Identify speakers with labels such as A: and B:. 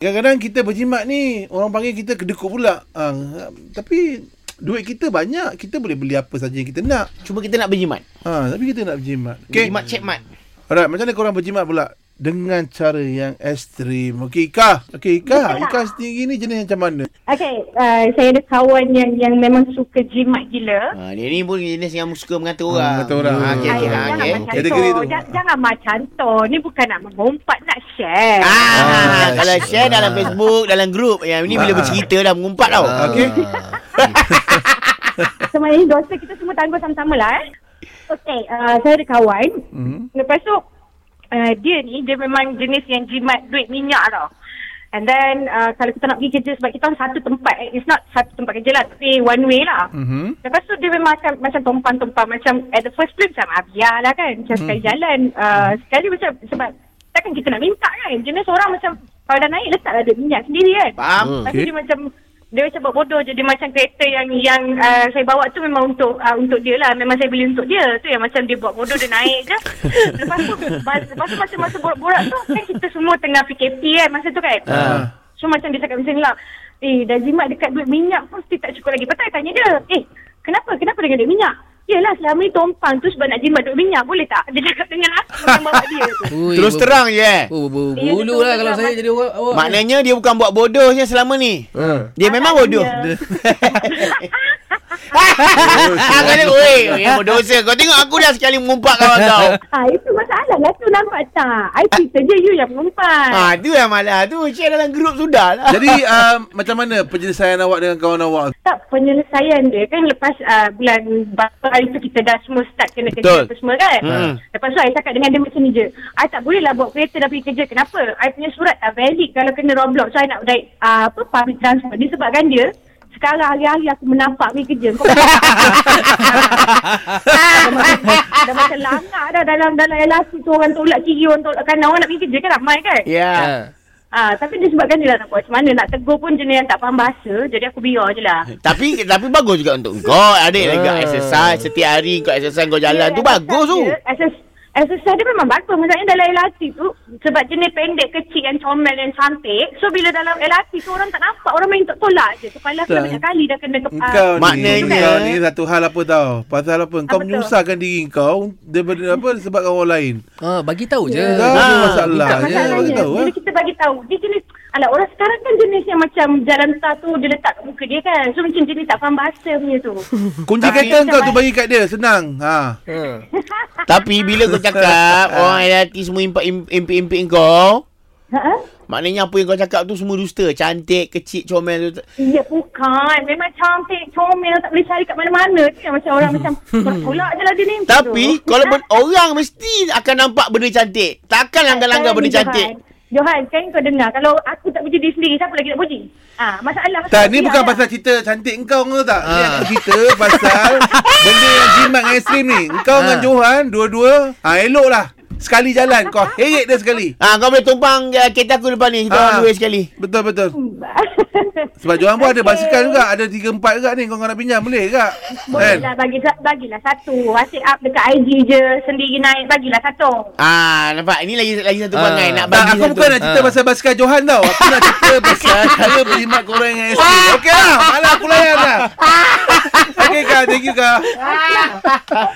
A: Kadang-kadang kita berjimat ni, orang panggil kita kedekut pula. Ha, tapi duit kita banyak, kita boleh beli apa saja yang kita nak.
B: Cuba kita nak berjimat.
A: Ha, tapi kita nak berjimat.
B: Okay. Berjimat cekmat.
A: Alright, macam mana korang berjimat pula? Dengan cara yang ekstrim. Okey, Ika. Okey, Ika. Ika sendiri ni jenis macam mana?
C: Okay, uh, saya ada kawan yang yang memang suka jimat gila.
B: Ha, dia ni pun jenis yang suka mengata orang.
A: mengata Hmm. orang. Ah,
B: Ha, okay, okay,
C: Ay,
B: ha,
C: jangan
B: okay.
C: macam
A: Kategori
C: tu.
A: tu.
C: Ja- jangan macam tu. Ni bukan nak mengumpat, nak share.
B: Ah,
A: Ah,
B: kalau
A: shit.
B: share dalam Facebook, dalam grup. Yang ni bila
A: Ah.
B: bercerita dah mengumpat tau.
A: Okey.
C: Semua ini dosa kita semua tanggung sama-sama lah eh. Okay, uh, saya ada kawan.
A: Hmm.
C: Lepas tu, uh, dia ni, dia memang jenis yang jimat duit minyak tau. And then, uh, kalau kita nak pergi kerja, sebab kita orang satu tempat. eh, It's not satu tempat kerja lah, tapi one way lah.
A: Mhm.
C: Lepas tu dia memang macam, macam tompan-tompan. Macam at the first place macam ah, biarlah kan. Macam hmm. sekali jalan. Uh, sekali macam sebab takkan kita nak minta kan. Jenis orang macam kalau dah naik letaklah duit minyak sendiri kan.
B: Faham?
A: Hmm.
C: Lepas
A: Okey.
C: tu dia macam dia macam buat bodoh je dia macam kereta yang yang uh, saya bawa tu memang untuk uh, untuk dia lah memang saya beli untuk dia tu yang macam dia buat bodoh dia naik je lepas tu bas- lepas tu masa-masa borak-borak tu kan kita semua tengah PKP kan masa tu kan
B: Ah.
C: so macam dia cakap macam ni lah eh dah jimat dekat duit minyak pun still tak cukup lagi patut tanya dia eh kenapa kenapa dengan duit minyak Yelah selama ni tompang tu sebab nak jimat duit minyak boleh tak dia cakap dengan aku yang bawa dia tu
D: Ui,
B: Terus
D: ber-
B: terang je eh.
D: Oh, ber-
C: Ya,
D: bulu
C: betul,
D: lah kalau
C: betul.
D: saya jadi orang awak.
B: Maknanya dia bukan buat bodoh je selama ni.
A: Ha.
B: Dia memang bodoh. Ah, kau tengok, weh, yang berdosa. Kau tengok aku dah sekali mengumpat kawan kau.
C: Ah itu masalah lah tu nampak tak I cerita je you yang mengumpat
B: Ha, tu lah malah. Tu share dalam grup sudah lah.
A: Jadi uh, macam mana penyelesaian awak dengan kawan awak?
C: tak penyelesaian dia kan lepas uh, bulan berapa hari tu kita dah semua start kena
B: Betul.
C: kerja apa semua kan.
B: Hmm.
C: Lepas tu I cakap dengan dia macam ni je. I tak boleh lah bawa kereta dah pergi kerja. Kenapa? I punya surat tak valid kalau kena roadblock. So I nak naik uh, apa public transport. Disebabkan dia sekarang hari-hari aku menapak pergi kerja. Kau Ah, dah macam, dah macam langak dah dalam dalam LRT tu orang tolak kiri orang tolak kanan orang nak pergi kerja kan ramai kan.
B: Ya.
D: Ha.
C: Ah, tapi disebabkan dia lah nak buat macam mana nak tegur pun jenis yang tak faham bahasa. Jadi aku biar je lah.
B: Tapi tapi bagus juga untuk kau. Adik lagi
A: Ah.
B: kau exercise setiap hari kau exercise kau jalan tu bagus tu.
C: Exercise dia memang bagus. Maksudnya dalam LRT tu, sebab jenis pendek, kecil, yang comel, yang cantik. So, bila dalam LRT tu orang tak nampak, orang main tolak je. Kepala aku dah
A: Tak.
C: banyak kali dah kena kepala.
A: Engkau ni,
B: Maknanya-
A: kau ni satu hal apa tau? Pasal apa? Kau
C: Apa tu?
A: menyusahkan diri kau daripada apa disebabkan orang lain.
D: Ha, bagi tahu je.
A: Dah ada masalah je
D: minta
C: Masalahnya,
A: bagi tahu.
C: bila
A: eh.
C: kita bagi tahu, dia jenis, alah orang sekarang kan jenis yang macam jalan tar tu dia letak kat muka dia kan. So, macam jenis tak faham bahasa punya tu.
A: Kunci
C: Tapi-
A: kereta kau tu bagi kat dia, senang. Ha.
D: Ha.
B: Tapi bila kau cakap orang hati semua impak impi-impi kau,
C: Ha?
B: maknanya apa yang kau cakap tu semua dusta. Cantik, kecil, comel tu.
C: Ya bukan Memang cantik Comel Tak boleh cari kat mana-mana Tu yang macam orang macam Bertolak je lah dia ni
B: Tapi
C: Betul.
B: kalau ben- orang mesti akan nampak benda cantik. Takkan langgar-langgar
C: Kan, Sekarang
B: benda
C: ni,
B: cantik.
C: Johan, Johan sekarang kau dengar Kalau aku tak puji diri sendiri Siapa lagi nak puji Ah, Masalah
A: Tak,
C: masalah
A: ni
C: dia
A: bukan
C: lah.
A: pasal cerita cantik kau kau tahu tak? Ni
C: Ah.
D: Ha.
A: aku cerita pasal benda yang jimat dengan ekstrim ni. Kau
D: Ha.
A: dengan
C: Ah.
A: Johan, dua-dua, ha, elok lah. Sekali jalan, kau heret dia sekali.
B: Ah, kau boleh tumpang uh, kereta aku depan ni. Kita
A: Ah.
B: orang dua sekali.
A: Betul, betul. Sebab Johan pun ada
C: Okey.
A: basikal juga. kan? Ada tiga empat juga ni. Kau kau nak pinjam, boleh juga.
C: Boleh lah bagi, bagilah satu Asyik up dekat IG je Sendiri naik Bagilah satu
B: Ah, nampak ni lagi lagi satu
D: Ah.
B: perangai nak
A: Tak,
B: bagi.
A: aku
B: satu.
A: bukan nak cerita
C: Ah.
D: Ha.
A: pasal basikal Johan tau. Aku nak cerita pasal cara berjimat korang dengan ekstrim. Okey lah. Malah aku layan lah. Okey, Kak. Thank you, Kak.